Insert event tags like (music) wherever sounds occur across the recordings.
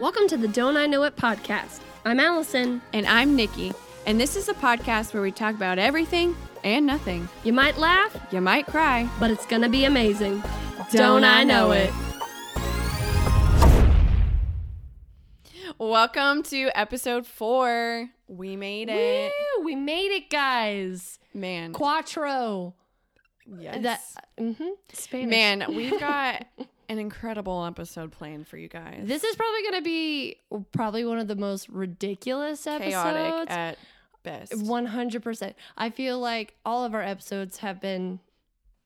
Welcome to the Don't I Know It podcast. I'm Allison. And I'm Nikki, and this is a podcast where we talk about everything and nothing. You might laugh, You might cry. but it's going to be amazing. Welcome to episode four. We made it. Woo, we made it, guys. Man. Quattro. Yes. mm-hmm. mhm, Spanish. (laughs) Man, we've got an incredible episode planned for you guys. This is probably going to be probably one of the most ridiculous chaotic episodes. at best. One hundred percent. I feel like all of our episodes have been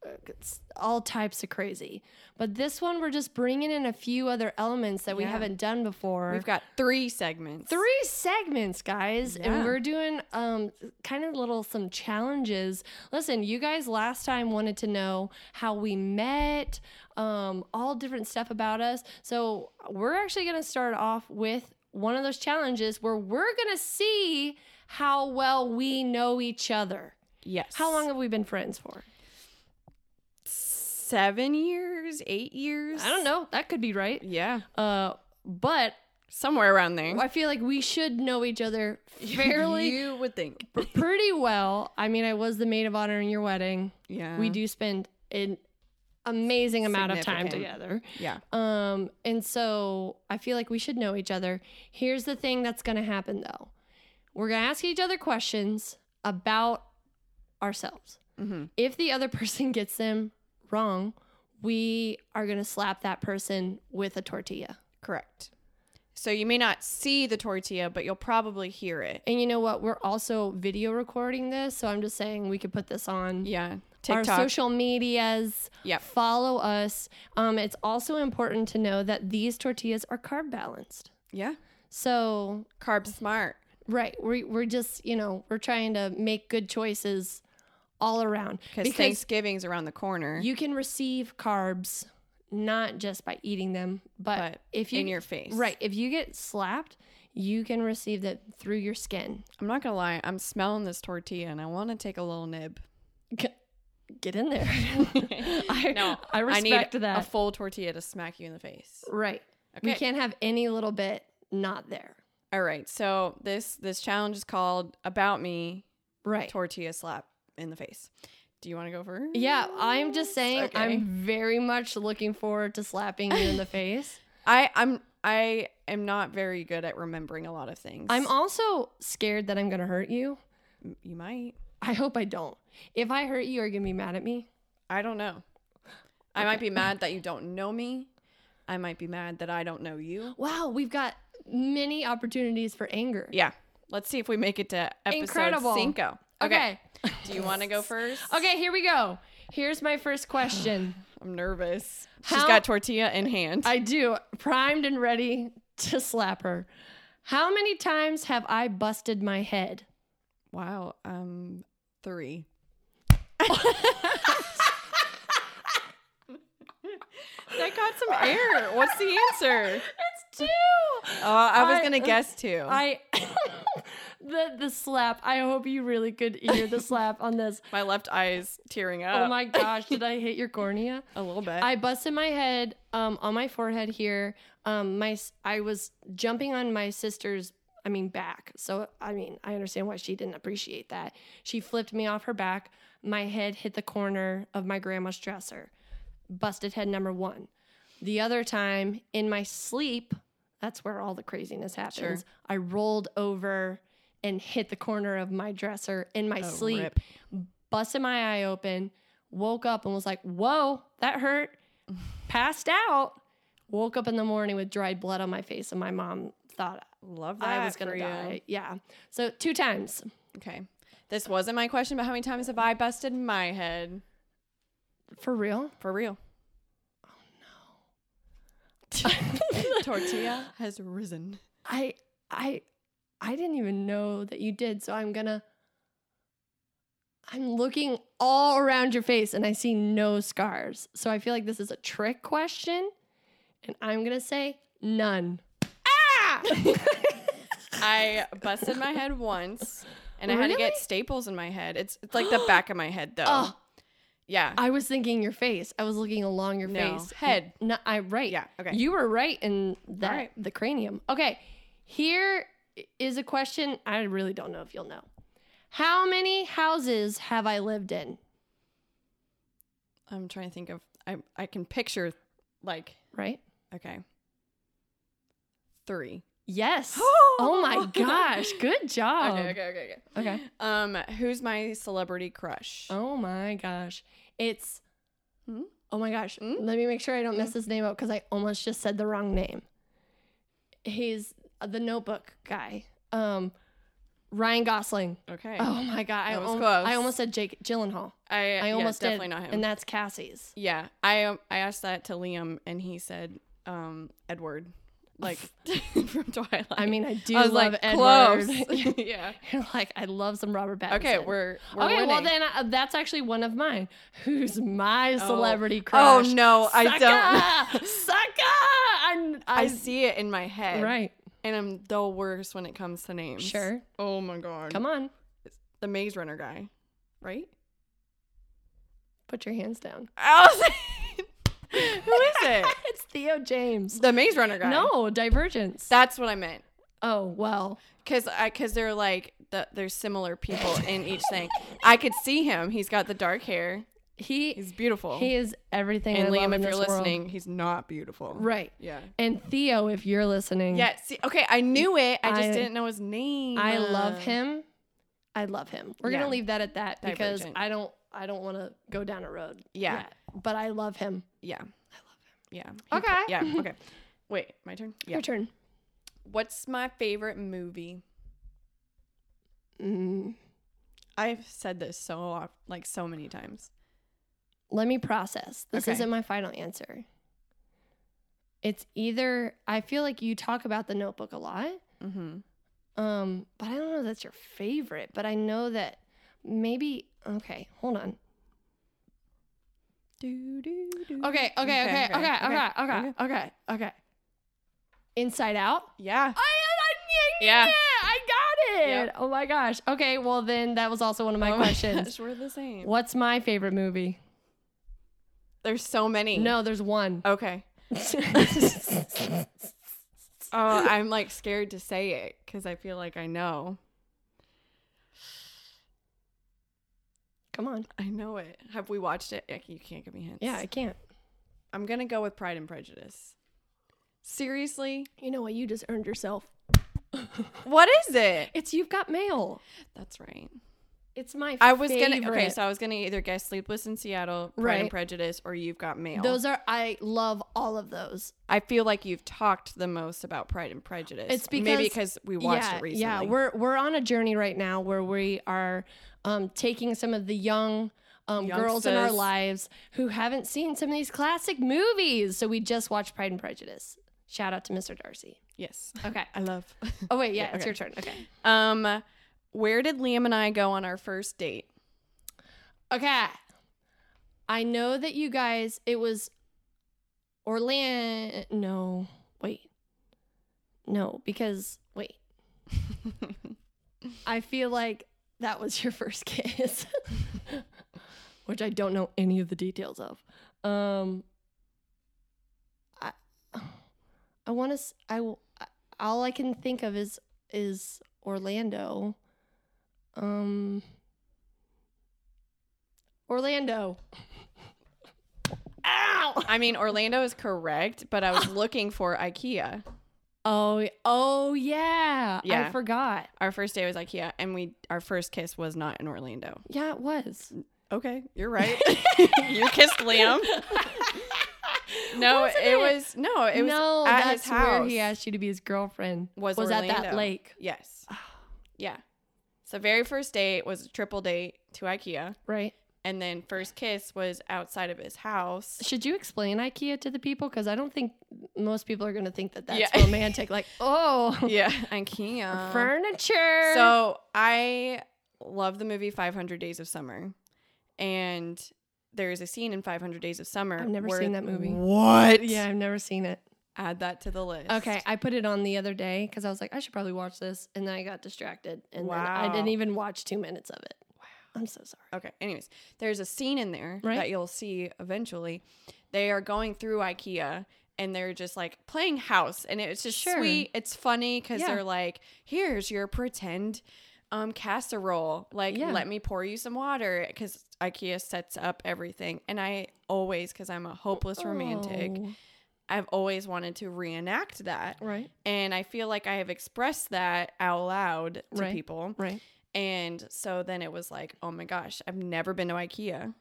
uh, it's all types of crazy, but this one we're just bringing in a few other elements that we Yeah. haven't done before. We've got three segments. three segments guys Yeah. and we're doing um kind of little some challenges listen you guys last time wanted to know how we met um all different stuff about us so we're actually going to start off with one of those challenges where we're going to see how well we know each other Yes. how long have we been friends for Seven years? Eight years? i don't know that could be right Yeah. uh but Somewhere around there. i feel like we should know each other fairly (laughs) You would think. pretty well. I mean, I was the maid of honor in your wedding. Yeah. We do spend an amazing amount of time Significant. together. Yeah. Um, and so I feel like we should know each other. Here's the thing that's going to happen though. We're going to ask each other questions about ourselves. Mm-hmm. If the other (laughs) person gets them wrong, we are going to slap that person with a tortilla. Correct. So you may not see the tortilla, but you'll probably hear it. And you know what? We're also video recording this, so I'm just saying we could put this on Yeah. our TikTok. social medias. Yep. Follow us. Um, it's also important to know that these tortillas are carb balanced. yeah. So, Carb smart. right, we, we're just, you know, we're trying to make good choices all around Because Thanksgiving's around the corner. you can receive carbs not just by eating them, but, but if you in your face. right, if you get slapped, you can receive that through your skin. I'm not gonna lie, I'm smelling this tortilla and I wanna take a little nib. Get in there. I, (laughs) No, I respect (laughs) I need that. a full tortilla to smack you in the face. right. We Okay. can't have any little bit not there. All right. So this this challenge is called About Me Right. Tortilla Slap in the Face. Do you wanna go first? Yeah, I'm just saying Okay. I'm very much looking forward to slapping you (laughs) in the face. I, I'm I am not very good at remembering a lot of things. I'm also scared that I'm going to hurt you. you might. I hope I don't. If I hurt you, are you going to be mad at me? I don't know. I might be mad that you don't know me. I might be mad that I don't know you. Wow, we've got many opportunities for anger. Yeah. Let's see if we make it to episode Incredible. cinco. Okay. Do you want to go first? (laughs) Okay, here we go. Here's my first (sighs) question. I'm nervous. She's How- got tortilla in hand. I do, primed and ready to slap her. How many times have I busted my head? wow. Um, three. that got some air. What's the answer? It's two. (laughs) Oh, I was I- gonna guess two. I (coughs) the the slap. I hope you really could hear the slap on this. my left eye is tearing up. Oh my gosh, did I hit your cornea? A little bit. I busted my head um on my forehead here. Um my s- I was jumping on my sister's I mean back. So I mean, I understand why she didn't appreciate that. She flipped me off her back. My head hit the corner of my grandma's dresser. Busted head number 1. The other time in my sleep, that's where all the craziness happens. I rolled over and hit the corner of my dresser in my Oh, sleep rip. busted my eye open, woke up and was like, whoa, that hurt. (laughs) Passed out. Woke up in the morning with dried blood on my face, and my mom thought Love that. I was for gonna you. die. Yeah. So two times. Okay. This wasn't my question, but how many times have I busted my head? For real? For real. Oh, (laughs) (laughs) Tortilla has risen. I I I didn't even know that you did, so I'm gonna I'm looking all around your face and I see no scars. So I feel like this is a trick question, and I'm gonna say none. (laughs) Ah! I busted my head once and I had to Really? (gasps) get staples in my head. It's, it's like the back of my head though. Oh. Yeah. I was thinking your face. I was looking along your No. face. Head. No, I right. Yeah, okay. You were right in that right. the cranium. Okay. Here is a question I really don't know if you'll know. How many houses have I lived in? I'm trying to think of I I can picture like Right? okay. 3. (gasps) Yes. oh my gosh. Good job. Okay, okay, okay, okay. Oh. Okay. Um who's my celebrity crush? Oh my gosh. It's Hmm? Oh my gosh. Hmm? Let me make sure I don't mess his name up cuz I almost just said the wrong name. He's the Notebook guy. Um Ryan Gosling. Okay. Oh my god. I, That was almo- close. I almost said Jake Gyllenhaal. I, I almost yeah, did. definitely not him. And that's Cassie's. yeah. I um, I asked that to Liam and he said um Edward (laughs) like (laughs) from Twilight. I mean, I do I was love like Edward. (laughs) close. (laughs) yeah. You're like, I love some Robert Pattinson. Okay, we're, we're okay. Well, winning. then uh, that's actually one of mine. (laughs) Who's my celebrity Oh crush? no, I Sucker! don't. Sucker! I, (laughs) I I, see it in my head. right. And I'm the worst when it comes to names. Sure. Oh my god. Come on. The Maze Runner guy, right? Put your hands down. (laughs) I was- (laughs) Who is it? It's Theo James. (laughs) The Maze Runner guy. No, Divergence. That's what I meant. oh, well. Cause I, cause they're like the, they're similar people in each thing. I could see him. He's got the dark hair. He He's beautiful. he is everything and I love Liam, in if you're this world. listening, he's not beautiful. Right. Yeah. And Theo, if you're listening. Yeah. See. Okay. I knew it. I just I- didn't know his name. I love Uh, him. I love him. We're Yeah. gonna leave that at that because Divergent. I don't I don't want to go down a road. Yeah. yet, But I love him. Yeah. I love him. Yeah. Okay. Yeah. Okay. Wait. My turn. Yeah. Your turn. What's my favorite movie? Mm, I've said this so oft, like so many times. let me process. This Okay. isn't my final answer. It's either I feel like you talk about the Notebook a lot, Mm-hmm. um, but I don't know if that's your favorite. But I know that maybe okay. Hold on. Do, do, do. Okay. Okay. Okay. Okay. Okay. Okay. Okay. Okay. Inside Out. Yeah. I, I, Yeah. I got it. Yep. Oh my gosh. Okay, well then that was also one of my Oh questions. gosh, we're the same. What's my favorite movie? There's so many. No, there's one. Okay. (laughs) Oh, I'm like scared to say it because I feel like I know. Come on. I know it. Have we watched it? Yeah, You can't give me hints. Yeah, I can't. I'm gonna go with Pride and Prejudice. Seriously, You know what? You just earned yourself. what is it? It's You've Got Mail. That's right. It's my I was gonna okay, favorite. so I was gonna either guess Sleepless in Seattle, Pride and Right. Prejudice, or You've Got Mail. Those are I love all of those. I feel like you've talked the most about Pride and Prejudice. It's maybe because- because we watched yeah, it recently. Yeah, we're we're on a journey right now where we are um, taking some of the young um, girls in our Youngsters. lives who haven't seen some of these classic movies. So we just watched Pride and Prejudice. Shout out to Mr. Darcy. yes, Okay. I love. Oh wait, yeah, Yeah, it's okay. your turn. Okay. (laughs) um, where did Liam and I go on our first date? Okay. I know that you guys. It was Orlando. No, wait. No, because wait. I feel like that was your first kiss, (laughs) which I don't know any of the details of. Um, I, I want to. I w- I- all I can think of is is Orlando. Um, (laughs) Orlando. Ow! I mean, Orlando is correct, but I was looking for IKEA. Oh, oh yeah. I Yeah. forgot. Our first date was IKEA, and we our first kiss was not in Orlando. Yeah, it was. Okay, you're right. (laughs) you (laughs) kissed (laughs) Liam. No, it, Wasn't was no, it was no, at that's his house. where he asked you to be his girlfriend. Was at that Orlando. lake, (sighs) Yes. yeah. So very first date was a triple date to IKEA, right? and then first kiss was outside of his house. (laughs) Should you explain IKEA to the people? Because I don't think most people are going to think that that's Yeah. romantic. Like, (laughs) oh, Yeah, IKEA. furniture. So I love the movie 500 Days of Summer. And there's a scene in 500 Days of Summer. I've never where- seen that movie. What? yeah, I've never seen it. Add that to the list. Okay, I put it on the other day because I was like, I should probably watch this, and then I got distracted, and then I Wow. didn't even watch two minutes of it. I'm so sorry. Okay. Anyways, there's a scene in there Right. that you'll see eventually. They are going through IKEA and they're just like playing house and it's just Sure. sweet. It's funny cuz Yeah. they're like, "Here's your pretend um casserole. Like Yeah. let me pour you some water cuz IKEA sets up everything." And I always cuz I'm a hopeless romantic, Oh. I've always wanted to reenact that. Right. And I feel like I have expressed that out loud to Right. people. Right. And so then it was like, oh my gosh, I've never been to IKEA.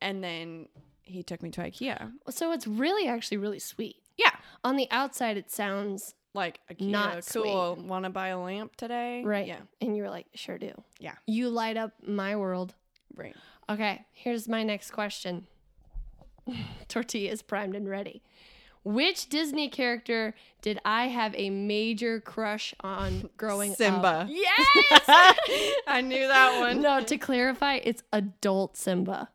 And then he took me to IKEA. So it's really actually really sweet. Yeah. On the outside it sounds Like IKEA, Not cool. Want to buy a lamp today? right. Yeah. And you're like, sure do. Yeah. You light up my world. (laughs) Right. (laughs) Okay, here's my next question. (laughs) Tortilla is primed and ready. Which Disney character did I have a major crush on growing up? Simba. Yes! I knew that one. no, to clarify, it's adult Simba.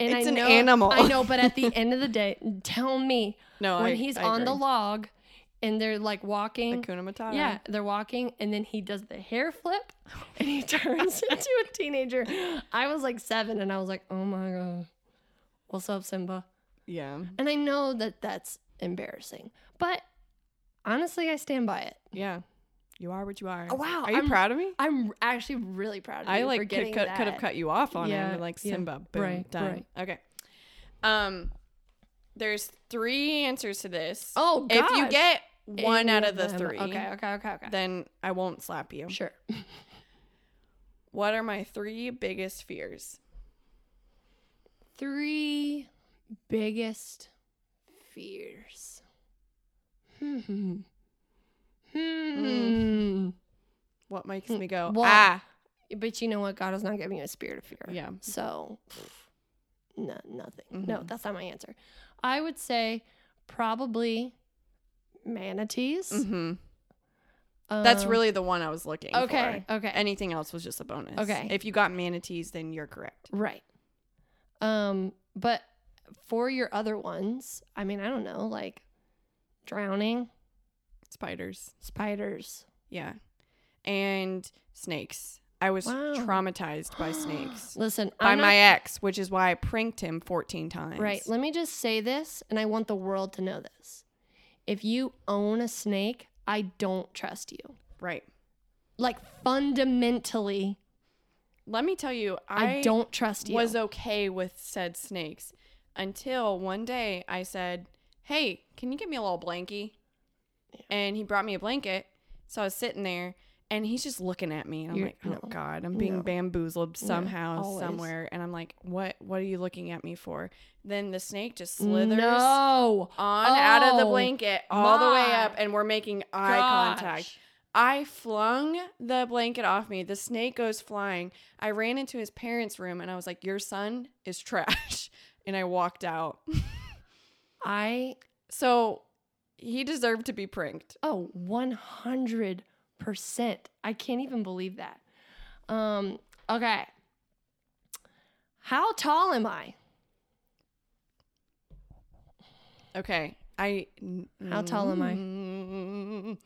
And It's I an know- animal. I know, but at (laughs) the end of the day, tell me No, when I- he's I on the agree. uh, log and they're like walking. Hakuna Matata. Yeah, they're walking, and then he does the hair flip, and he (laughs) (laughs) turns into a teenager. I was like seven, and I was like, "Oh my god, what's up, Simba?" Yeah. And I know that that's embarrassing, but honestly, I stand by it. Yeah. You are what you are. Oh, wow, Are you I'm- proud of me? I'm actually really proud of you I for like getting could, could, could have that. cut you off on Yeah, him, like yeah. Simba. Boom, Right, done. right. Okay. Um, there's three answers to this. Oh, if you gosh. get one Any out of the them. three, Okay, okay, okay, okay. then I won't slap you. sure. What are my three biggest fears? Three biggest fears. Hmm. Hmm. What makes me go Well- ah? But you know what? God has not given you a spirit of fear. Yeah. Mm-hmm. So, pff, no, nothing. No, that's not my answer. I would say probably manatees. hmm Mm-hmm. That's Um, really the one I was looking okay. for. Okay. Anything else was just a bonus. Okay. If you got manatees, then you're correct. right. Um, but for your other ones, I mean, I don't know, like drowning, Spiders. spiders. Yeah. And snakes. I was Wow. (gasps) traumatized by snakes. Listen, by I'm not- my ex, which is why I pranked him 14 times. Right. Let me just say this, and I want the world to know this. If you own a snake, I don't trust you. Right. Like fundamentally, Let me tell you, I, I, don't trust you. was okay with said snakes until one day I said, Hey, can you get me a little blankie? And he brought me a blanket. So I was sitting there and he's just looking at me. And I'm You're- like, Oh no. God, I'm being No. bamboozled somehow, always. somewhere. And I'm like, What what are you looking at me for? Then the snake just slithers No. on out of the Oh, blanket all the way my up and we're making eye contact. Gosh. I flung the blanket off me. The snake goes flying. I ran into his parents' room and I was like, Your son is trash. (laughs) And I walked out. (laughs) I So he deserved to be pranked. oh 100%. I can't even believe that. Um okay. How tall am I? Okay. I. How tall am I? I?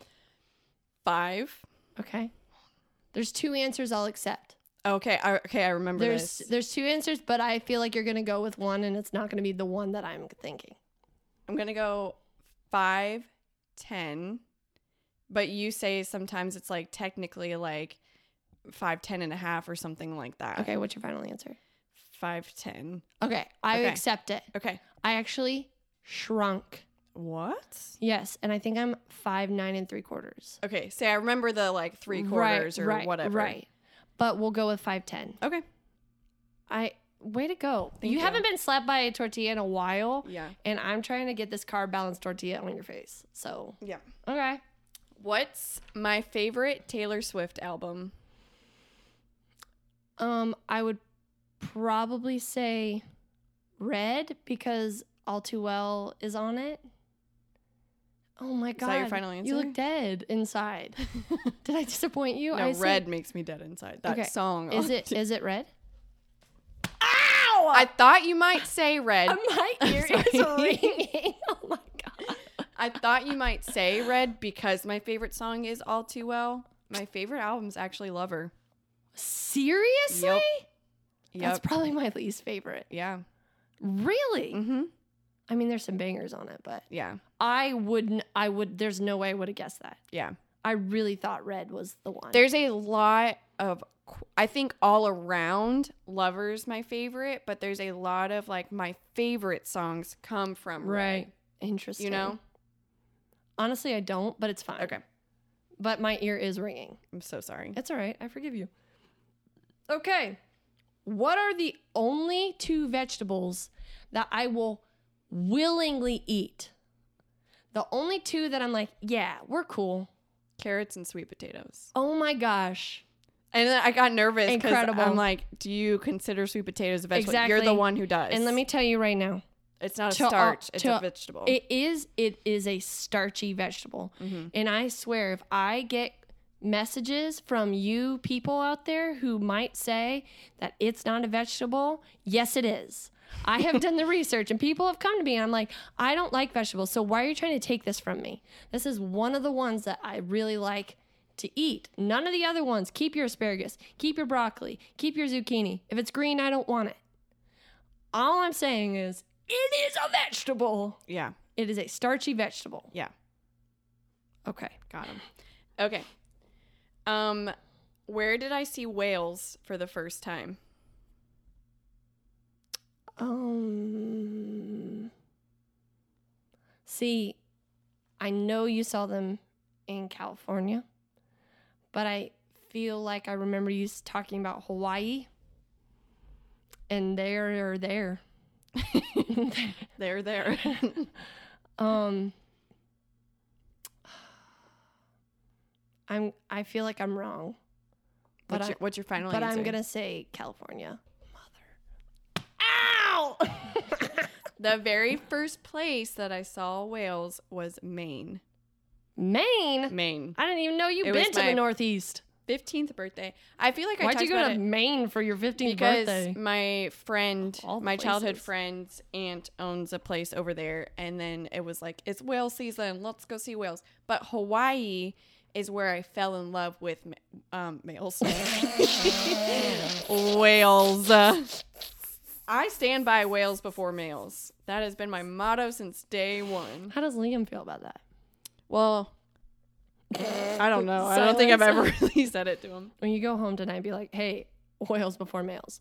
Five. Okay. There's two answers I'll accept. Okay. I, okay. I remember There's this. there's two answers, but I feel like you're going to go with one and it's not going to be the one that I'm thinking. I'm going to go five, ten. But you say sometimes it's like technically like five, ten and a half or something like that. Okay, what's your final answer? Five ten. Okay, I Okay. accept it. Okay. I actually shrunk. What? Yes, and I think I'm five nine and three quarters. Okay. Say I remember the like three Right, quarters or right, whatever. Right. But we'll go with five ten. Okay. I way to go. Thank you, you. haven't been slapped by a tortilla in a while. Yeah. And I'm trying to get this carb balanced tortilla on your face. So Yeah. okay. What's my favorite Taylor Swift album? Um, I would probably say red because all too well is on it. Oh my that god. your final You answer? look dead (laughs) inside. Did I disappoint you? No, Oh, I said- Red makes me dead inside. That Okay. song. Is it is it red? Ow! Oh, I thought you (laughs) might say red. My ear (laughs) is ringing. (laughs) Oh my god. I thought you might say red because my favorite song is All Too Well. My favorite album's actually Lover. Seriously? Yep. That's Yep. probably my least favorite. yeah. Really? Mm-hmm. I mean, there's some bangers on it, but Yeah. I wouldn't. I would. There's no way I would have guessed that. Yeah. I really thought red was the one. There's a lot of, qu- I think all around, Lover's my favorite, but there's a lot of like my favorite songs come from Red, Right. Interesting. You know? Honestly, I don't, but it's fine. Okay. But my ear is ringing. I'm so sorry. It's all right. I forgive you. Okay. What are the only two vegetables that I will willingly eat? The only two that I'm like, yeah, we're cool. Carrots and sweet potatoes. Oh my gosh. And then I got nervous because Incredible. I'm like, do you consider sweet potatoes a vegetable? You're the Exactly. one who does. And let me tell you right now, It's not a to- uh, starch. it's a to- vegetable. it is it is a starchy vegetable. Mhm. And I swear if I get messages from you people out there who might say that it's not a vegetable, yes it is. I have done the research and people have come to me and I'm like, I don't like vegetables. So why are you trying to take this from me? This is one of the ones that I really like to eat. None of the other ones. Keep your asparagus, keep your broccoli, keep your zucchini. If it's green, I don't want it. All I'm saying is it is a vegetable. yeah. It is a starchy vegetable. Yeah. Okay. Got him. Okay. Um, where did I see whales for the first time? Um. See, I know you saw them in California, but I feel like I remember you s- talking about Hawaii, and they're (laughs) there. They're there. (laughs) um. I'm. I feel like I'm wrong, but what's, I, your, what's your final but answer? I'm gonna say California. The very first place that I saw whales was Maine. (laughs) Maine. Maine. I didn't even know you've It been was to my the Northeast. 15th birthday. I feel like I Why'd talked you go about to it Maine for your 15th because birthday? my friend, All my childhood places. friend's aunt owns a place over there, and then it was like it's whale season. Let's go see whales. But Hawaii is where I fell in love with ma- um, (laughs) males. whales. I stand by whales before males. That has been my motto since day one. How does Liam feel about that? Well, I don't know. I don't think I've ever (laughs) really said it to him. When you go home tonight, be like, hey, (laughs) whales before males.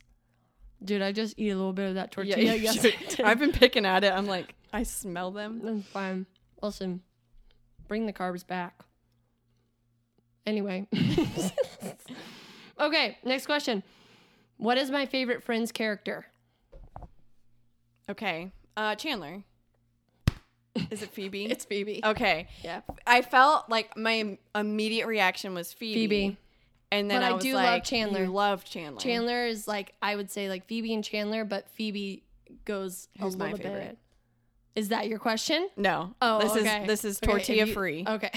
Dude, I just eat a little bit of that tortilla. (laughs) you yes, (laughs) should. I did. I've been picking at it. I'm like, I smell them. That's fine. Listen, bring the carbs back. Anyway. (laughs) okay, next question. What is my favorite friend's character? Okay. Uh, Chandler. Is it Phoebe? (laughs) Phoebe. okay. Yeah. I felt like my im- immediate reaction was Phoebe. Phoebe. And then But I, I was do love like, Chandler. You love Chandler. Chandler is like I would say like Phoebe and Chandler, but Phoebe goes Who's a my little favorite? bit. Is that your question? No. Oh, this okay. is this is Okay, if tortilla you- free. Okay.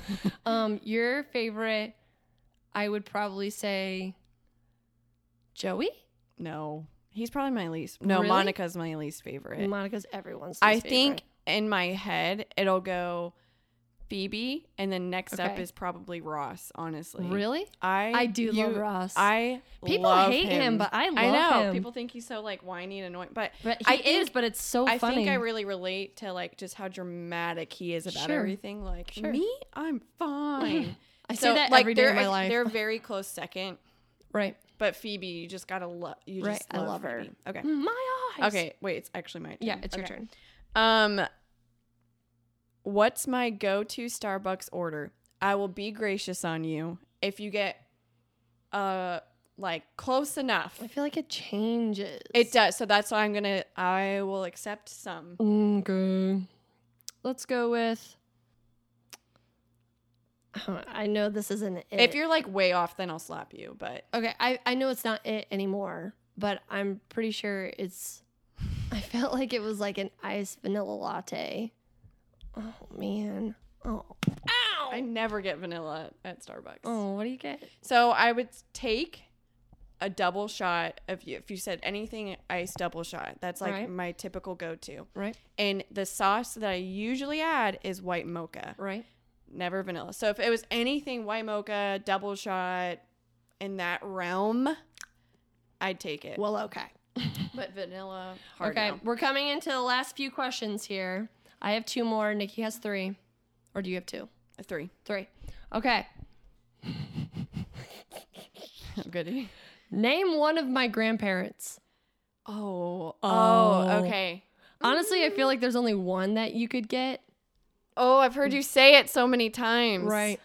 (laughs) um, your favorite, I would probably say Joey. No. He's probably my least. No, Really? Monica's my least favorite. Monica's everyone's. I least think favorite. in my head it'll go Phoebe and then next up Okay. is probably Ross, honestly. really, I I do love you- Ross. I People love hate him, but I I love know him. people think he's so like whiny and annoying, but but he I is, think- but it's so I funny. think I really relate to like just how dramatic he is about Sure. everything. Like Sure. me, I'm fine. (laughs) I say that every day they're of my a- life. They're a very close second, right, but Phoebe, you just gotta love. You just Right, I love, love her. Phoebe. Okay, my eyes. okay. Wait, it's actually my turn. yeah, it's your Okay. turn. Um, what's my go-to Starbucks order? I will be gracious on you if you get, uh, like close enough. I feel like it changes. It does. So that's why I'm gonna. I will accept some. Okay. Let's go with. Huh, I know this isn't it. If you're like way off, then I'll slap you. But okay, I, I know it's not it anymore, but I'm pretty sure it's. I felt like it was like an iced vanilla latte. Oh man. Oh. I never get vanilla at Starbucks. Oh, what do you get? So I would take a double shot of you. If you said anything ice double shot, that's like Right. my typical go to. Right. And the sauce that I usually add is white mocha, Right. never vanilla. So if it was anything white mocha, double shot, in that realm, I'd take it. Well, okay. but vanilla, hard okay, no. we're coming into the last few questions here. I have two more. Nikki has three. Or do you have two? (laughs) A three. Three. Okay. I'm good. Name one of my grandparents. Oh, oh, Oh. okay. Honestly, I feel like there's only one that you could get. Oh, I've heard you say it so many times. Right.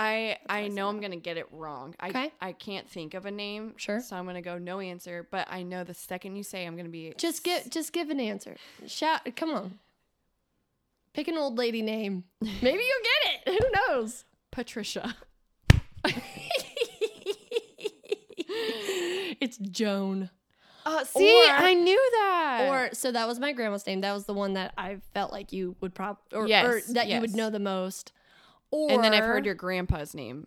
I I know I'm gonna get it wrong. I Okay. I can't think of a name. Sure. So I'm gonna go no answer. But I know the second you say, I'm gonna be Just give just give an answer. Shout come on. Pick an old lady name. Maybe you'll get it. Who (laughs) knows? (laughs) Patricia. It's Joan. Uh, see, I knew that. Or Or so that was my grandma's name. That was the one that I felt like you would prob or, Yes, or that you would yes. know the most. Or and then I've heard your grandpa's name.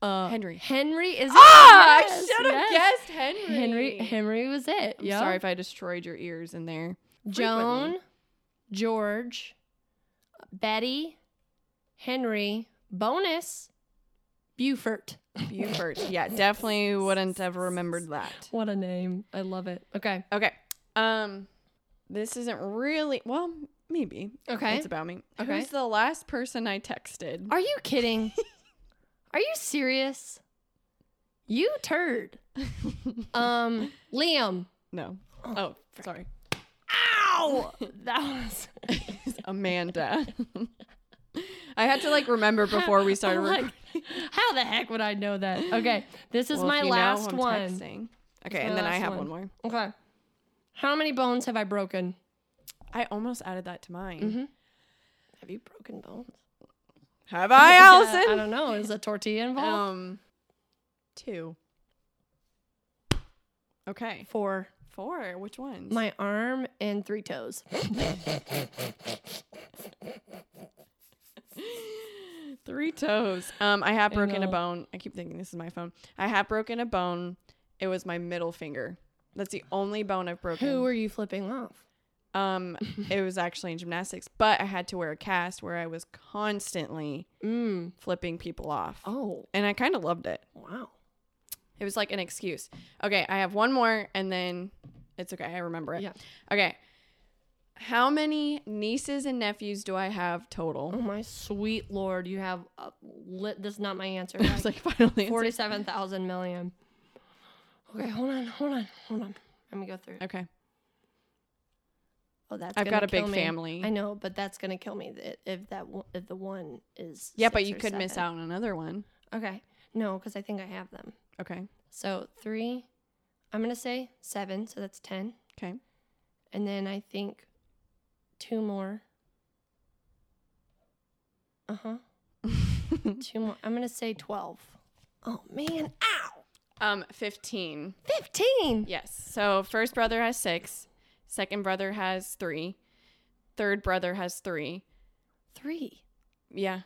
uh, Henry. Henry is Ah, I Yes, should have yes. guessed Henry. Henry Henry was it. I'm Yeah. sorry if I destroyed your ears in there. Joan, George, Betty, Henry, bonus, Buford. Buford. yeah, definitely wouldn't have remembered that. What a name. I love it. Okay. Okay. Um, this isn't really well. Maybe. Okay. It's about me. Okay. Who's the last person I texted? Are you kidding? (laughs) Are you serious? You (laughs) turd. Um, Liam. no. Oh, sorry. Ow! That (laughs) was Amanda. (laughs) I had to like remember before we started. I'm like, recording. How the heck would I know that? Okay. This is Well, my if you know, last I'm one. texting. Okay, my and then I last have one. one. more. Okay. How many bones have I broken? I almost added that to mine. Mm-hmm. Have you broken bones? Have I, Allison? I don't know. Is a tortilla involved? Um, two. Okay, Four. four. Which ones? My arm and three toes. Three toes. Um, I have broken a know. bone. I keep thinking this is my phone. I have broken a bone. It was my middle finger. That's the only bone I've broken. Who were you flipping off? (laughs) um, it was actually in gymnastics, but I had to wear a cast where I was constantly Mm. flipping people off, Oh, and I kind of loved it. wow. It was like an excuse. Okay, I have one more, and then it's okay. I remember it. Yeah. Okay. How many nieces and nephews do I have total? Oh my sweet lord, you have a lit. This is not my (laughs) answer. I was like, finally. answer. forty-seven thousand million. Okay, hold on, hold on, hold on. Let me go through. Okay. Oh, that's. I've gonna got a big kill me. family. I know, but that's gonna kill me th- if that one, if the one is. Yeah, but six you or could miss seven. out on another one. Okay, no, because I think I have them. Okay. So three, I'm gonna say seven. So that's ten. Okay. And then I think two more. Uh (laughs) huh. two more. I'm going to say 12. Oh, man. Ow. Um, 15. 15. Yes. So first brother has six, second brother has three, third brother has three. Three. Yeah.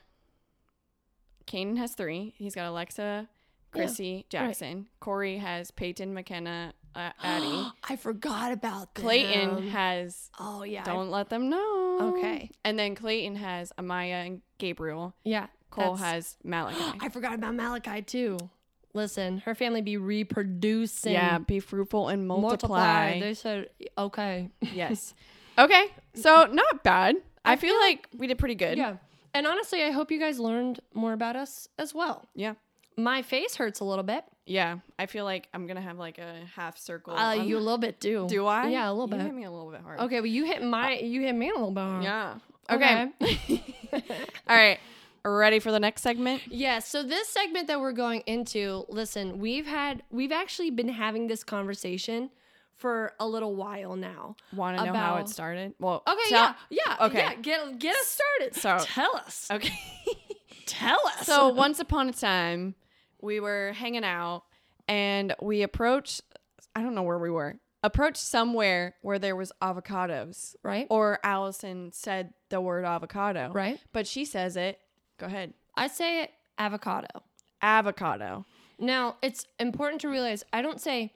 Kanan has three. He's got Alexa, Chrissy, Jackson. Corey has Peyton, McKenna, uh, (gasps) Addie. (gasps) I forgot about them. Clayton has. Oh, yeah. I- Don't let them know. Okay. And then Clayton has Amaya and Gabriel. yeah. Cole that's- has (gasps) (gasps) Malachi. I forgot about Malachi, too. Listen, her family be reproducing. yeah, be fruitful and multiply. (laughs) They said, okay. yes. (laughs) Okay. So not bad. I, feel, like we did pretty good. yeah. And honestly, I hope you guys learned more about us as well. Yeah. My face hurts a little bit. Yeah. I feel like I'm gonna have like a half circle. Uh, on- you a little bit too. (laughs) do I? Yeah, a little You bit. hit me a little bit hard. Okay, well you hit my you hit me a little bit. hard. Yeah. Okay. (laughs) All right. Ready for the next segment? (laughs) Yeah, so this segment that we're going into, listen, we've had we've actually been having this conversation for a little while now. Want to know how it About- started? Well, Okay, tell- yeah, yeah, okay. okay. yeah. Get get us started. So- tell us, Okay. (laughs) tell us. (laughs) so once upon a time, we were hanging out and we approached. I don't know where we were. Approached somewhere where there was avocados, right, or Allison said the word avocado, right. But she says it. Go ahead. I say it avocado. Avocado. Now it's important to realize I don't say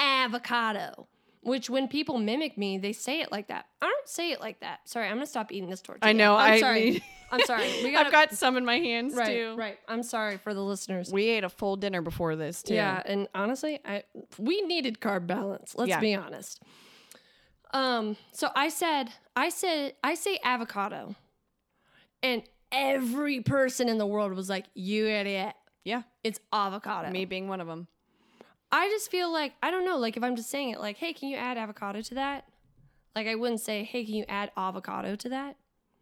avocado, which when people mimic me, they say it like that. I don't say it like that. Sorry, I'm gonna stop eating this tortilla. I know. I'm I sorry. need- (laughs) I'm sorry. (laughs) We got I've got some in my hands right, too. right. I'm sorry for the listeners. We ate a full dinner before this too. Yeah, and honestly, I we needed carb balance. Let's Yeah. be honest. Um, so I said, I said, I say avocado, and every person in the world was like, "You idiot! yeah. It's avocado." Me being one of them. I just feel like I don't know. Like if I'm just saying it, like, "Hey, can you add avocado to that?" Like I wouldn't say, "Hey, can you add avocado to that?"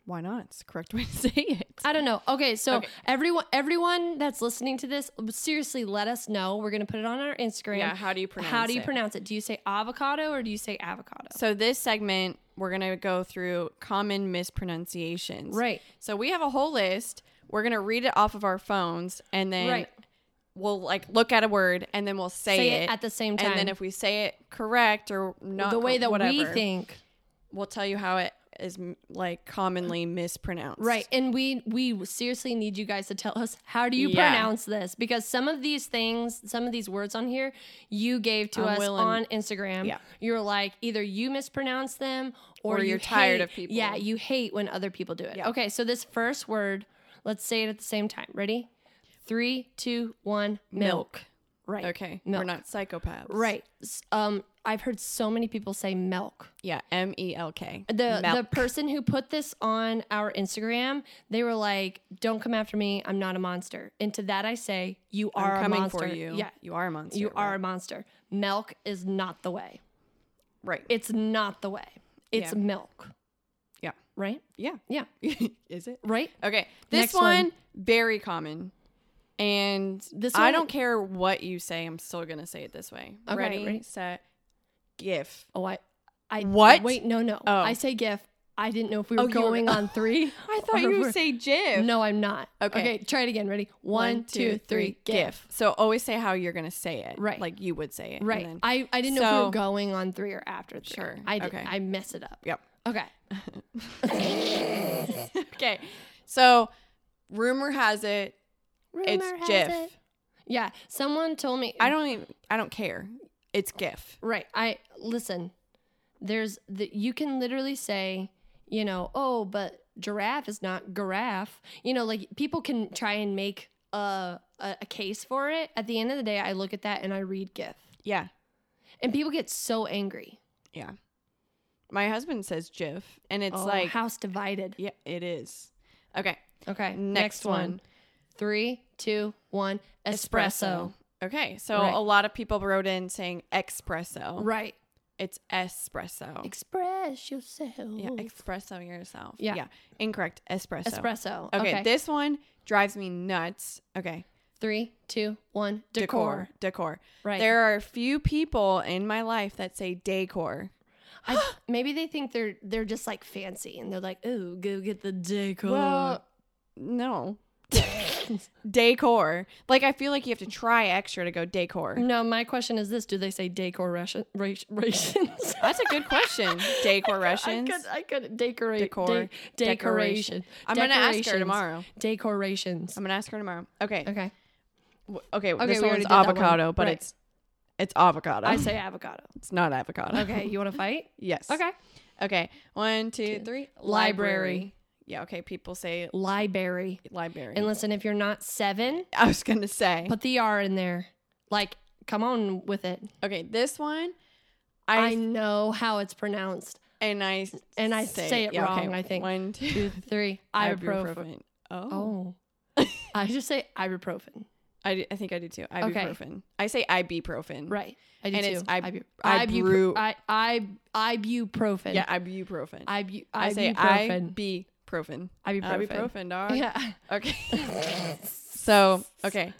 Why not? It's the correct (laughs) way to say it. I don't know. Okay, so Okay. everyone, everyone that's listening to this, seriously, let us know. We're gonna put it on our Instagram. Yeah. How do you pronounce? How do you it? pronounce it? Do you say avocado or do you say avocado? So this segment, we're gonna go through common mispronunciations. Right. So we have a whole list. We're gonna read it off of our phones, and then Right. we'll like look at a word, and then we'll say, Say it at the same time. And then if we say it correct or not, the way cor- that we whatever, think. we'll tell you how it is m- like commonly mispronounced. Right. And we we seriously need you guys to tell us how do you Yeah. pronounce this? Because some of these things, some of these words on here, you gave to I'm us willing- on Instagram. Yeah. You're like either you mispronounce them or, Or you you're tired hate- of people. Yeah, you hate when other people do it. Yeah. Okay, so this first word, let's say it at the same time. Ready? Three, two, one, milk. Milk. Right. Okay. We're Milk. not psychopaths. Right. S- Um, I've heard so many people say milk. Yeah. M E L K. The the person who put this on our Instagram, they were like, "Don't come after me. I'm not a monster." And to that I say, "You are I'm a coming monster. for you. Yeah, You are a monster. you are a Right. monster. Milk is not the way. right. It's not the way. It's Yeah. milk. Yeah. Right? Yeah. (laughs) Yeah. is it? Right? Okay. This Next one. one, very common. And This this I one- don't care what you say, I'm still gonna say it this way. Okay, ready, ready. set, gif. Oh, I, I. What? Wait, no, no. Oh. I say gif. I didn't know if we were Oh, you were- going (laughs) on three. I (laughs) thought or you we're- would say gif. No, I'm not. Okay. Okay. Try it again. Ready? One, two, three. Gif. So always say how you're gonna say it. Right. Like you would say it. and Right. then- I, I didn't know if we were So- going on three or after three. Sure. I did. Okay. I mess it up. yep. Okay. Okay. So rumor has it it's gif. Yeah. Someone told me. I don't even I don't care. It's gif. Right. I listen. There's the you can literally say, you know, oh, but giraffe is not giraffe. You know, like people can try and make a a, a case for it. At the end of the day, I look at that and I read GIF, Yeah. and people get so angry. Yeah. My husband says gif and it's oh, like house divided. Yeah, it is. Okay. Okay. Next, Next, one. one. Three, two, one. Espresso. Okay. So Right. a lot of people wrote in saying espresso. Right. It's espresso. Express yourself. yeah, espresso yourself. Yeah. Incorrect. Espresso. Espresso. Okay, Okay. This one drives me nuts. Okay. Three, two, one. Decor. Decor. Right. (gasps) There are a few people in my life that say decor. I, maybe they think they're they're just like fancy and they're like, ooh, go get the decor. Well, no. decor. Like I feel like you have to try extra to go (laughs) decor. no, my question is this: Do they say decor ration, (laughs) rations? That's a good question. Decor (laughs) rations. I could, I could decorate, Decor. de- decoration. Decoration. I'm gonna ask her Decorations. tomorrow. Decorations. I'm gonna ask her tomorrow. Okay. Okay, W- Okay, Okay, this we already one's did that one. avocado, but Right. it's it's avocado. I say avocado. it's not avocado. Okay, you want to fight? (laughs) (laughs) Yes. Okay, Okay. One, two, three. Library. Yeah. Okay. People say library. library. And listen, if you're not seven, (laughs) I was gonna say. put the R in there. Like, come on with it. Okay. This one, I, I, know how how it's pronounced. and I and I say it wrong, I think. one, Two, (laughs) two, three. Ibuprofen. ibuprofen. Oh. Oh. (laughs) I just say ibuprofen. I, d- I think I do too. Ibuprofen. I say ibuprofen. Right. I do And too. it's ib- Ibu- ibru- ibupro- I, I, ibuprofen. Yeah. Ibuprofen. Ibu- I say ibuprofen. ibuprofen. Ibuprofen. Ibuprofen. (laughs) Dog. Yeah. Okay. so okay.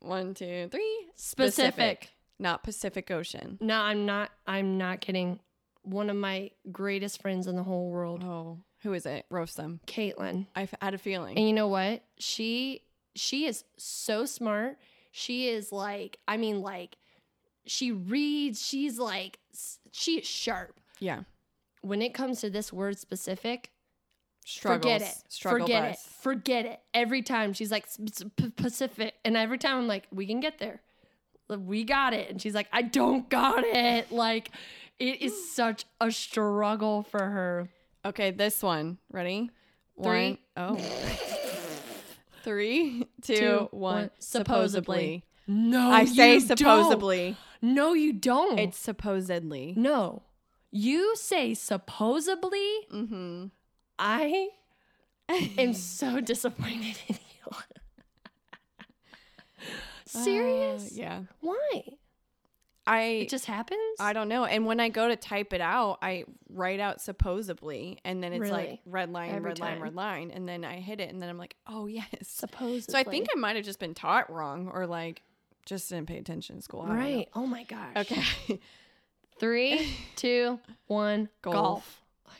One, two, three. Specific. Not Pacific Ocean. No, I'm not. I'm not kidding. One of my greatest friends in the whole world, Oh, who is it? Roast them. Caitlin. I f- had a feeling. And you know what? She she is so smart. She is like, I mean, like, she reads. She's like, s- she is sharp. yeah. When it comes to this word specific, Struggles. Forget it. Struggle Forget bus. it. Forget it. Every time she's like "Sp- sp- p- Pacific, and every time I'm like, we can get there. Like, We got it. And she's like, I don't got it. Like, (gasps) it is such a struggle for her. Okay, this one. Ready? One. Oh. Three, two, one. Two, one. Oh, Supposedly. No, I say you supposedly. Don't. No, you don't. It's supposedly. no. You say supposedly. Mm-hmm. (laughs) I am so disappointed in you. Serious? Uh, yeah. Why? I It just happens. I don't know. And when I go to type it out, I write out supposedly, and then it's like Really? red line, Every red line, time? red line, and then I hit it, and then I'm like, oh yes. Supposedly. so I think I might have just been taught wrong, or like just didn't pay attention in school. I don't know. right. Oh my gosh. (laughs) (laughs) Okay. Three, two, one. Golf. Golf. I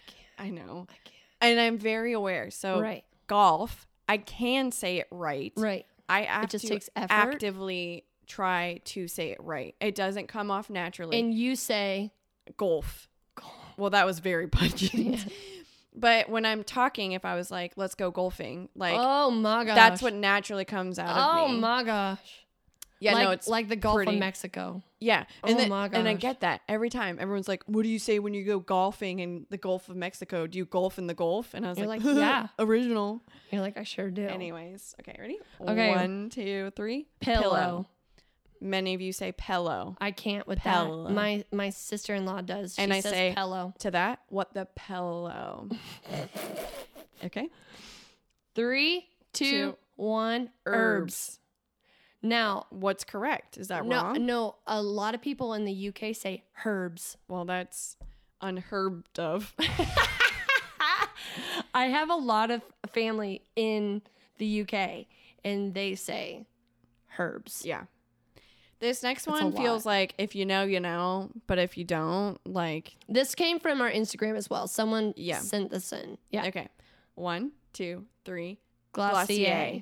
can't. I know. I can't. And I'm very aware. So right. golf, I can say it right. Right. I have just to takes effort. actively try to say it right. It doesn't come off naturally. And you say golf. golf. Well, that was very (laughs) pungent. Yeah. But when I'm talking, if I was like, let's go golfing, like oh my gosh. that's what naturally comes out Oh of me. my gosh. yeah, like, no, it's like like the Gulf pretty. of Mexico. yeah, and oh then- my and I gosh. get that every time. Everyone's like, "What do you say when you go golfing in the Gulf of Mexico? Do you golf in the Gulf?" And I was You're like, like, "Yeah." original." You're like, I sure do. Anyways, okay, ready? Okay. one, two, three. Pillow. Many of you say pillow. I can't with Pillow. that. My my sister in law does. She And I says say- pillow. To that, what the (laughs) pillow? okay, Three, two, Two. one. Herbs. Now, What's correct? Is that no, wrong? no. A lot of people in the UK say herbs. Well, that's unherbed of. (laughs) (laughs) I have a lot of family in the UK, and they say herbs. Yeah. This next That's a one feels lot. like if you know, you know, but if you don't, like, This came from our Instagram as well. Someone Yeah. sent this in. Yeah, okay. One, two, three. Glossier.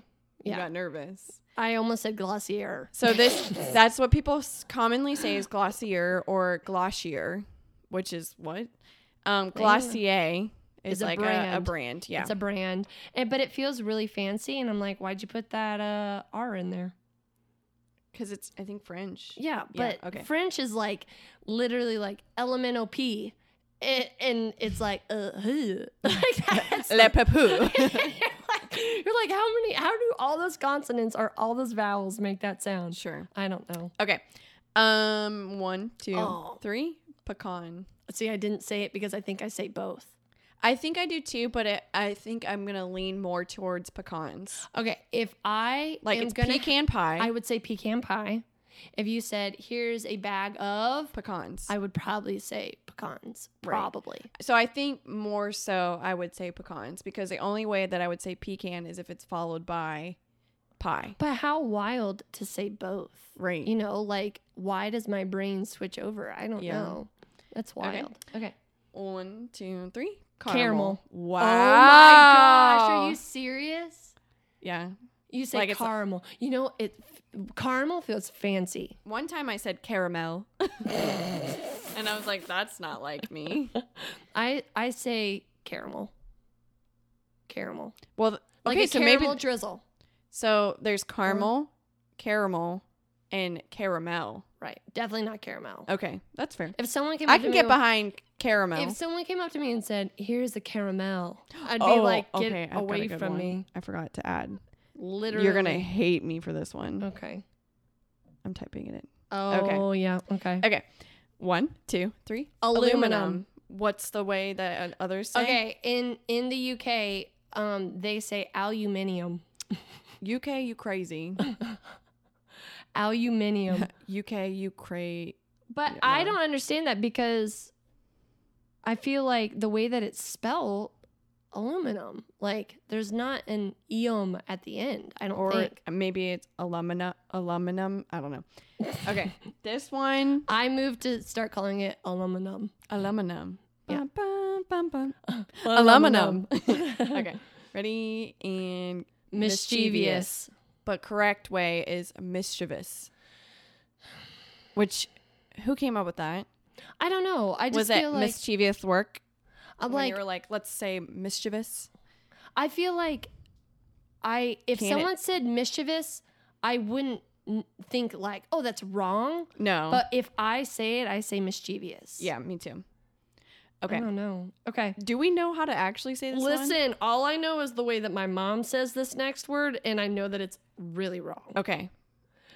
You Yeah. got nervous. I almost said Glossier. So (laughs) this that's what people s- commonly say is glossier or glossier, which is what? Um glossier It's is a like A, a brand. brand. Yeah. It's a brand, and, but it feels really fancy. And I'm like, why'd you put that uh, R in there? Cuz it's I think French. Yeah, Yeah, but okay. French is like literally like LMNOP. It, and it's like, uh, (laughs) huh. like that's Le papou. (laughs) (laughs) you're, like, you're like, how many, how do all those consonants or all those vowels make that sound? sure. I don't know. Okay. Um one, two, three. Oh. Pecan. See, I didn't say it because I think I say both. I think I do too, but it, I think I'm gonna lean more towards pecans. Okay, if I Like am it's gonna, pecan pie, I would say pecan pie. If you said, here's a bag of, pecans. I would probably say pecans. Right. Probably. so I think more so I would say pecans because the only way that I would say pecan is if it's followed by pie. But how wild to say both. Right. you know like why does my brain switch over i don't Yeah. know that's wild okay, One, two, three. Caramel. Wow. oh my gosh are you serious Yeah. you say Like it's- caramel you know it caramel feels fancy One time I said caramel, (laughs) and I was like, "That's not like me." i i say caramel caramel Well, th- like okay, a so caramel maybe drizzle so. There's caramel, caramel, and caramel. right definitely not caramel Okay, that's fair. if someone came up I to can me get with- behind caramel. if someone came up to me and said here's the (gasps) caramel i'd be Oh, like get okay, I've got a away good from one. me I forgot to add. literally Oh. You're gonna hate me for this one. okay I'm typing it in. oh yeah okay Okay, one, two, three. Aluminum. What's the way that uh, others say? Okay, in in the UK, um, they say aluminium. UK, you crazy. (laughs) (laughs) Aluminium. UK, you cra. but Yeah, I no. don't understand that because I feel like the way that it's spelled aluminum, like there's not an eum at the end. I don't Or think. maybe it's alumina, aluminum. I don't know. (laughs) Okay, this one, I moved to start calling it aluminum. aluminum. Yeah. Bum, bum, bum, bum. Aluminum. (laughs) Aluminum. okay, (laughs) ready and Mischievous. but correct way is mischievous. Which, who came up with that? I don't know. I just Was feel it like mischievous work? I'm when like you were like, let's say mischievous. I feel like I if Can it- someone said mischievous, I wouldn't n- think like, oh, that's wrong. No. But if I say it, I say mischievous. yeah, me too. Okay. I don't know. Okay. Do we know how to actually say this? one? Listen, all I know is the way that my mom says this next word, and I know that it's really wrong. Okay.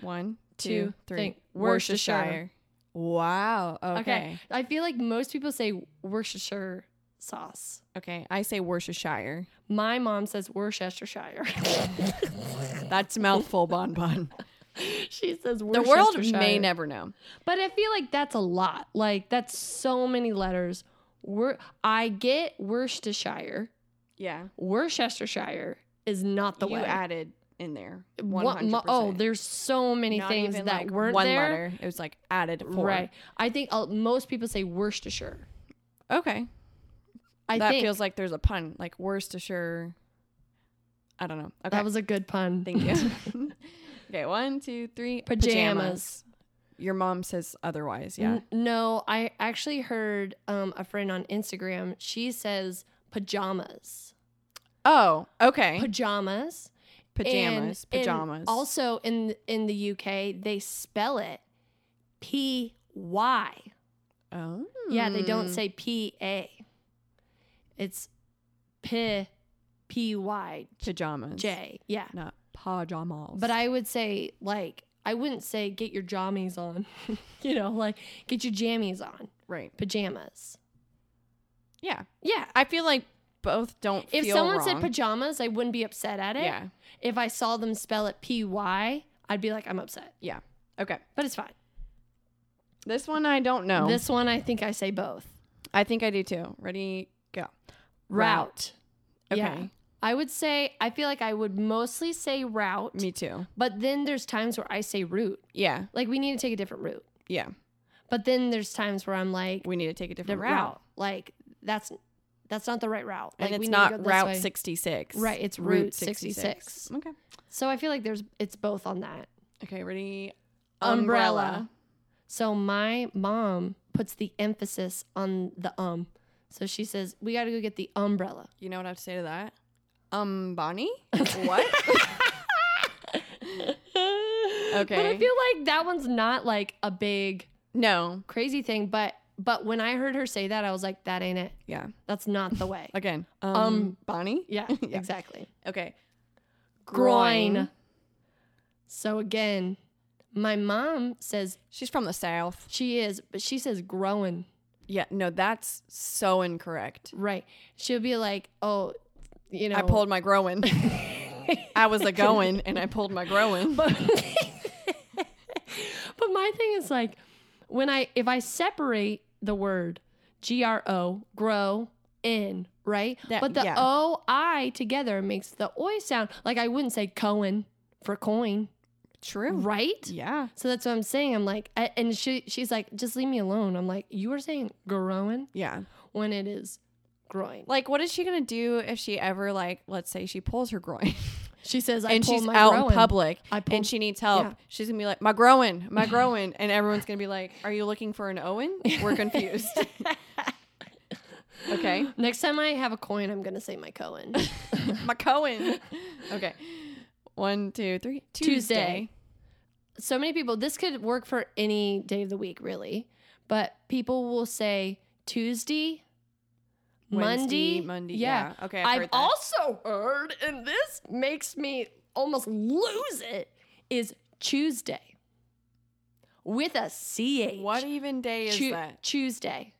One, two, Two, three. think. Worcestershire. Worcestershire. Wow. Okay. Okay. okay. I feel like most people say Worcestershire sauce. I say Worcestershire. My mom says Worcestershire. (laughs) That's mouthful bon bon. she says the Worcestershire. world may never know. But I feel like that's a lot. Like that's so many letters. Wor- I get Worcestershire. Yeah. Worcestershire is not the you way. added in there. What 100%. mo- oh, there's so many Not things even, that like, weren't one there. letter. It was like added four. Right. I think uh, most people say Worcestershire. Okay. I that think feels like there's a pun, like Worcestershire. I don't know. Okay. that (laughs) was a good pun. Thank (laughs) you. (laughs) okay. One, two, three. Pajamas. Mm. Your mom says otherwise. Yeah. N- no, I actually heard um, a friend on Instagram. She says pajamas. Oh, okay. Pajamas. And- Pajamas. and pajamas. also in in the UK, they spell it P Y. Oh. Yeah, they don't say P A. It's P P Y pajamas. J. Yeah. Not pajamas. But I would say like I wouldn't say get your jammies on. (laughs) you know, like get your jammies on. right. Pajamas. Yeah. Yeah. I feel like both don't If feel someone said wrong. pajamas, I wouldn't be upset at it. Yeah. If I saw them spell it P Y, I'd be like, I'm upset. Yeah. Okay. But it's fine. This one I don't know. This one I think I say both. I think I do too. Ready? Go. Route. Okay. Yeah. I would say I feel like I would mostly say route. Me too. But then there's times where I say route. Yeah. Like we need to take a different route. Yeah. But then there's times where I'm like We need to take a the different route. route. Like that's that's not the right route. And like, we it's need to go not this Route way. 66. Right, it's Route 66. Okay. So I feel like there's it's both on that. Okay, ready? Umbrella. So my mom puts the emphasis on the um. So she says, "We got to go get the umbrella." (laughs) You know what I have to say to that? Um, Bonnie? what? But I Okay. feel like that one's not like a big no. crazy thing, but but when I heard her say that, I was like, "That ain't it. Yeah. That's not the (laughs) way." Again. Um, Um, Bonnie? yeah, (laughs) Yeah. exactly. Okay. Groin. So again, my mom says She's from the South. she is, but she says growing. Yeah, no, that's so incorrect. Right. She'll be like, "Oh, you know." (laughs) I pulled my growing. I was a going and I pulled my growing. but (laughs) but my thing is like when I if I separate the word G R O grow in right, That- but the yeah. O I together makes the oi sound. Like I wouldn't say Cohen for coin, True. right? Yeah. So that's what I'm saying. I'm like, I, and she she's like, just leave me alone. I'm like, you were saying growing Yeah. when it is growing. Like, what is she gonna do if she ever like, let's say she pulls her groin She says, I and pulled she's my out in growing. public I and pulled- she needs help? yeah. She's gonna be like, my growing, my growing, and everyone's gonna be like, are you looking for an Owen? (laughs) We're confused. okay, Next time I have a coin, I'm gonna say my (laughs) Cohen. my Cohen. Okay, one, two, three. Tuesday. so many people this could work for any day of the week really but people will say tuesday Wednesday, monday Monday. yeah, yeah. Okay. I've, i've heard that. also heard and this makes me almost lose it is tuesday with a ch What even day is Tu- that? tuesday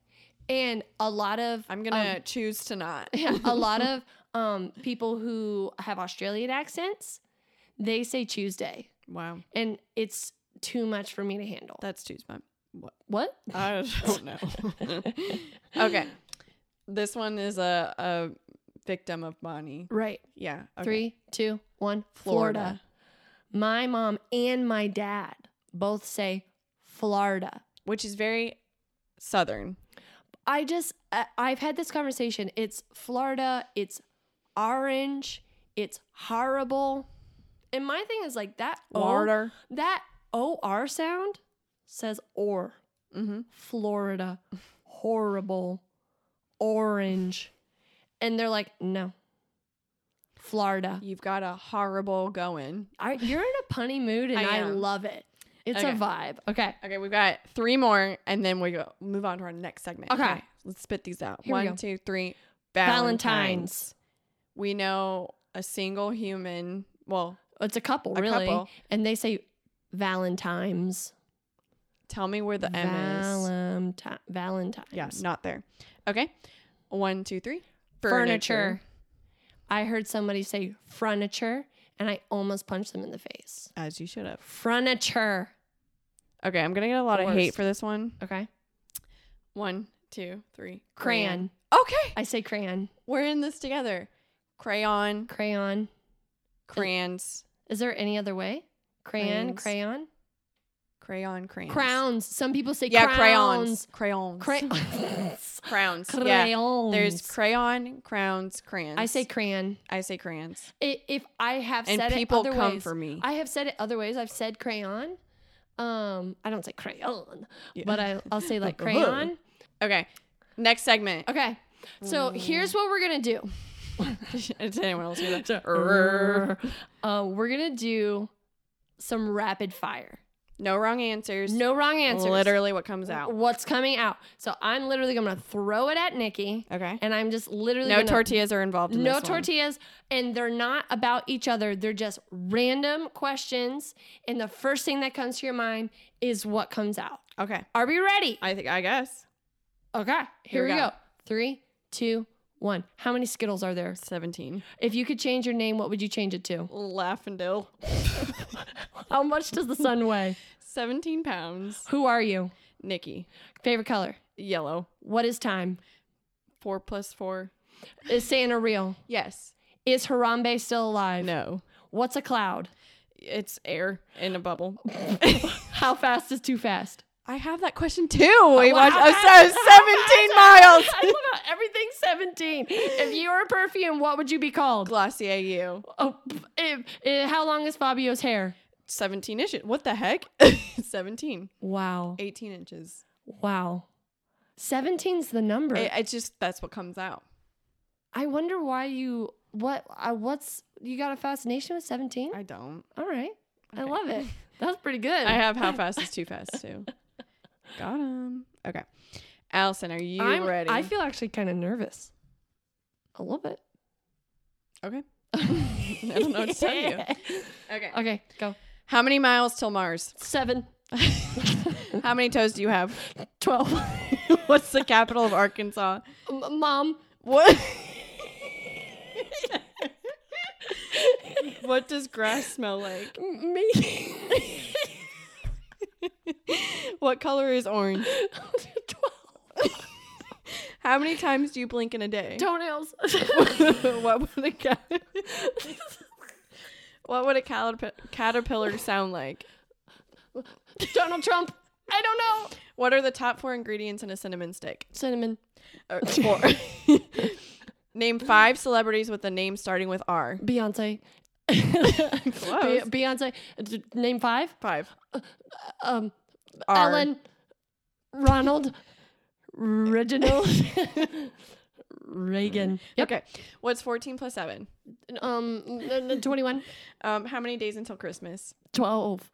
and a lot of I'm gonna um, choose to not. (laughs) yeah, a lot of um people who have australian accents they say tuesday Wow, and it's too much for me to handle that's Tuesday. What? What? I (laughs) don't (laughs) know. okay, this one is a a victim of Bonnie. Right. Yeah. okay. Three, two, one. Florida. Florida. My mom and my dad both say Florida. which is very southern. I just, I- I've had this conversation. It's Florida. It's orange. It's horrible. And my thing is like that O, that OR sound says or. Mm-hmm. Florida, horrible, orange. And they're like, no, Florida. You've got a horrible going. I, you're in a punny mood, and I, I am. love it. It's Okay. a vibe. Okay. Okay, we've got three more, and then we go move on to our next segment. Okay. let's spit these out. Here we One, go. two, three. Valentines. Valentines. We know a single human. Well, It's a couple, A really. couple. And they say Valentines. tell me where the M is. Valentine. Valentines. Yeah, not there. Okay. One, two, three. Furniture. I heard somebody say furniture and I almost punched them in the face. As you should have. Furniture. Okay, I'm gonna get a lot of hate Worst. for this one. Okay. One, two, three. Crayon. Okay, I say crayon. we're in this together. Crayon, Crayon. crayons, Is there any other way? Crayon, Crayons. crayon, crayon, crayons. crowns. Some people say Yeah, crowns. crayons, (laughs) crayons, Crayons. crayons. (laughs) Yeah, crayons. there's crayon, crowns, crayons. I say crayon. I say crayons, I- If I have and said people it other come ways, for me. I have said it other ways. I've said crayon. Um, I don't say crayon, Yeah. Uh-huh. but I, I'll say (laughs) like crayon. okay, next (laughs) segment. Okay. So Mm. here's what we're gonna do. Did anyone else (laughs) hear that? Uh, we're gonna do some rapid fire. No wrong answers. No wrong answers. Literally, what comes out? What's coming out? So I'm literally gonna throw it at Nikki, Okay. and I'm just literally No gonna- tortillas are involved. In no this one. tortillas, and they're not about each other. They're just random questions, and the first thing that comes to your mind is what comes out. Okay. Are we ready? I think. I guess Okay, here, we we go. go. Three, two, one. How many Skittles are there? seventeen. If you could change your name, what would you change it to? Laughindale. (laughs) How much does the sun weigh? 17 pounds. (laughs) Who are you? Nikki, Favorite color? yellow. What is time? Four plus four. Is Santa real? Yes. Is Harambe still alive? No. What's a cloud? It's air in a bubble. How fast is too fast? I have that question too. We Wow. watched (laughs) episode 17 miles. I love how everything's 17. If you were a perfume, what would you be called? Glossier you. Oh, pff, if, eh, how long is Fabio's hair? 17 inches. What the heck? (laughs) 17. Wow. 18 inches. Wow. 17's the number. It, it's just, that's what comes out. I wonder why you, what, uh, what's, you got a fascination with 17? I don't. All right. I Okay. love (laughs) it. That was pretty good. I have how fast is too fast (laughs) too. Got him. Okay. Allison, are you I'm- ready? I feel actually kind of nervous. A little bit. okay. (laughs) I don't know what to tell you. Okay. (laughs) Okay, go. How many miles till Mars? Seven, (laughs) How many toes do you have? twelve. (laughs) What's the capital of Arkansas? M- Mom, What? (laughs) what does grass smell like? m- me. (laughs) (laughs) What color is orange? twelve. How many times do you blink in a day? Toenails. (laughs) what would a cat? what would a caterp- caterpillar sound like? (laughs) Donald Trump. I don't know. What are the top four ingredients in a cinnamon stick? Cinnamon. Or (laughs) four. Name five celebrities with a name starting with R. Beyonce. Close. Be- Beyonce. D- Name five. Five. Um, R. Ellen. Ronald. Reginald. (laughs) Reagan. Yep. Okay. What's 14 plus 7? Um, n- n- 21. Um, how many days until Christmas? 12.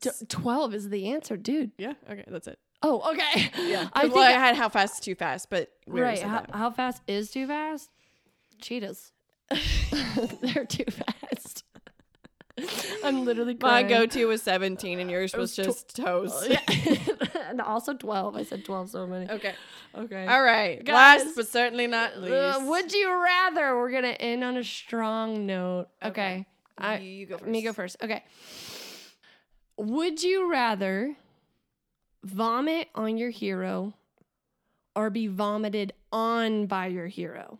T- 12 is the answer, dude. Yeah. Okay, that's it. Oh, okay. Yeah. I think well, I had how fast is too fast, but we already right. said How, that. how fast is too fast? Cheetahs. (laughs) They're too fast. I'm literally My crying. go-to was 17 and yours was just (laughs) toast. Yeah. (laughs) and also 12. I said 12 so many. Okay. Okay. (laughs) All right. Guys. Last but certainly not least. Uh, would you rather? We're going to end on a strong note. Okay. I, you, you go first. Me go first. Okay. Would you rather vomit on your hero or be vomited on by your hero?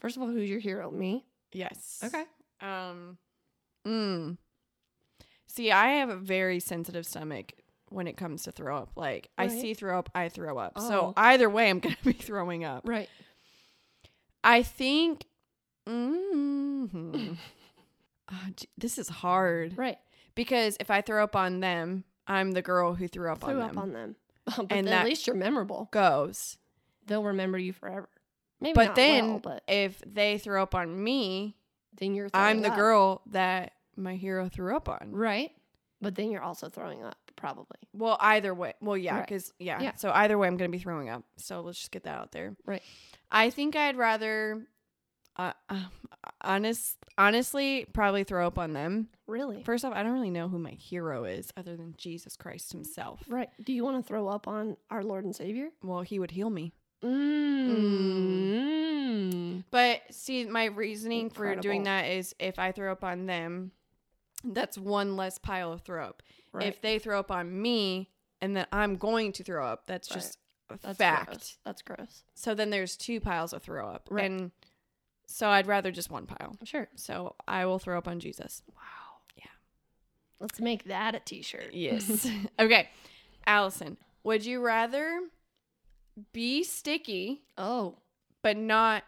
First of all, who's your hero? Me? Yes. Um mm. See, I have a very sensitive stomach when it comes to throw up. Like I Right. see throw up, I throw up. Oh. So either way I'm going to (laughs) be throwing up. Right. I think mm (laughs) Ah, gee, this is hard. Right. Because if I throw up on them, I'm the girl who threw up on Threw them. up on them. but And at that- least you're memorable. goes. They'll remember you forever. Maybe But not then well, but if they throw up on me, then you're I'm throwing the up. girl that my hero threw up on. Right. But then you're also throwing up, probably. Well, either way. Well, yeah, Right. because yeah. Yeah. So either way, I'm gonna be throwing up. So let's just get that out there. Right. I think I'd rather, uh, um, honest, honestly, probably throw up on them. Really? First off, I don't really know who my hero is other than Jesus Christ Himself. right. Do you want to throw up on our Lord and Savior? Well, He would heal me. Mm. But see, my reasoning for doing Incredible. that is if I throw up on them, that's one less pile of throw up. If they throw up on me, and then I'm going to throw up, that's Right. just a That's fact. gross. That's gross. So then there's two piles of throw up. Right. And so I'd rather just one pile. Sure. So I will throw up on Jesus. Wow. Yeah. Let's make that a T-shirt. Yes. (laughs) okay. Allison, would you rather be sticky (laughs) Oh. but not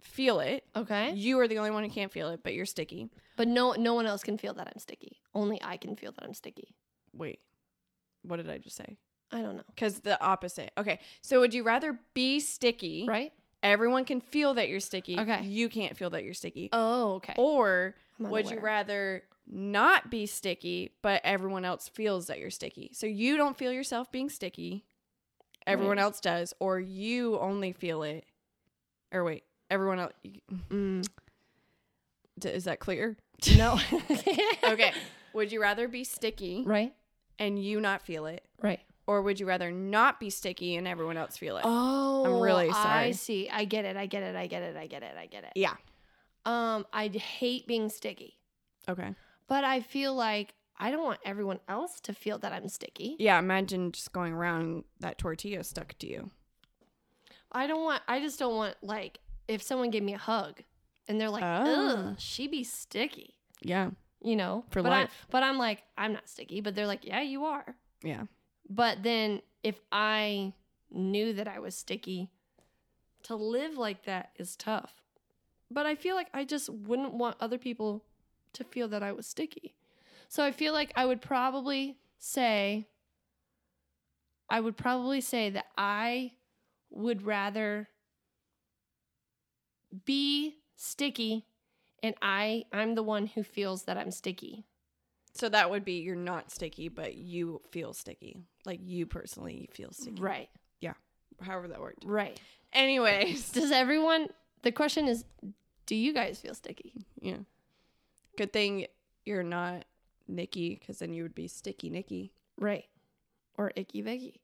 feel it? Okay. You are the only one who can't feel it, but you're sticky. But no, no one else can feel that I'm sticky. Only I can feel that I'm sticky. Wait. What did I just say? I don't know. Because the opposite. Okay. So would you rather be sticky? Right? Everyone can feel that you're sticky. Okay. You can't feel that you're sticky. Oh, okay. Or I'm Would you unaware. rather not be sticky, but everyone else feels that you're sticky? So you don't feel yourself being sticky, everyone Right. else does, or you only feel it. Or wait, everyone else. (laughs) Mm, d- Is that clear? (laughs) (laughs) no. okay. Would you rather be sticky Right. and you not feel it, Right. or would you rather not be sticky and everyone else feel it? Oh, really sorry. I see. I get it. I get it. I get it. I get it. I get it. Yeah. Um, I hate being sticky, Okay. but I feel like I don't want everyone else to feel that I'm sticky. Yeah. Imagine just going around that tortilla stuck to you. I don't want. I just don't want like if someone gave me a hug and they're like, Oh. "Ugh, she be sticky," Yeah. you know. For but I- life. but I'm like, I'm not sticky. But they're like, yeah, you are. Yeah. But then if I knew that I was sticky, to live like that is tough. But I feel like I just wouldn't want other people to feel that I was sticky. So I feel like I would probably say I would probably say that I would rather be sticky and I I'm the one who feels that I'm sticky. So that would be you're not sticky, but you feel sticky. Like you personally feel sticky. Right. However that worked. Right. Anyways. (laughs) Does everyone? The question is, do you guys feel sticky? Yeah. Good thing you're not Nikki, because then you would be sticky Nikki. Right, or icky vicky?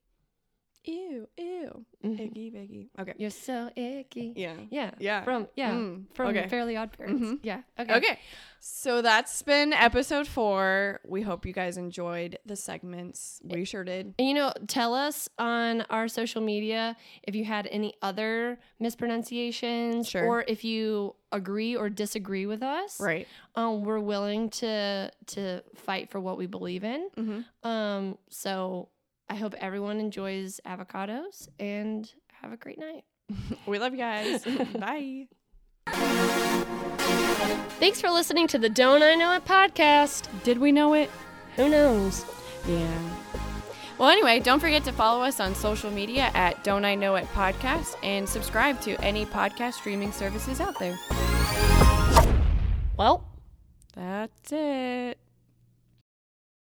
Ew, (laughs) ew. Mhm. Icky Vicky. Okay. You're so icky. Yeah. Yeah. Yeah. From yeah. Mm, From okay. Fairly Odd Parents. Mhm. Yeah. Okay. Okay. So that's been episode four. We hope you guys enjoyed the segments. We sure did. And you know, tell us on our social media if you had any other mispronunciations Sure. or if you agree or disagree with us. Right. Um, we're willing to to fight for what we believe in. Mm-hmm. Um, so I hope everyone enjoys avocados and have a great night. We love (laughs) you guys. (laughs) Bye. Thanks for listening to the Don't I Know It podcast. Did we know it? Who knows? Yeah. Well, anyway, don't forget to follow us on social media at Don't I Know It Podcast and subscribe to any podcast streaming services out there. Well, That's it.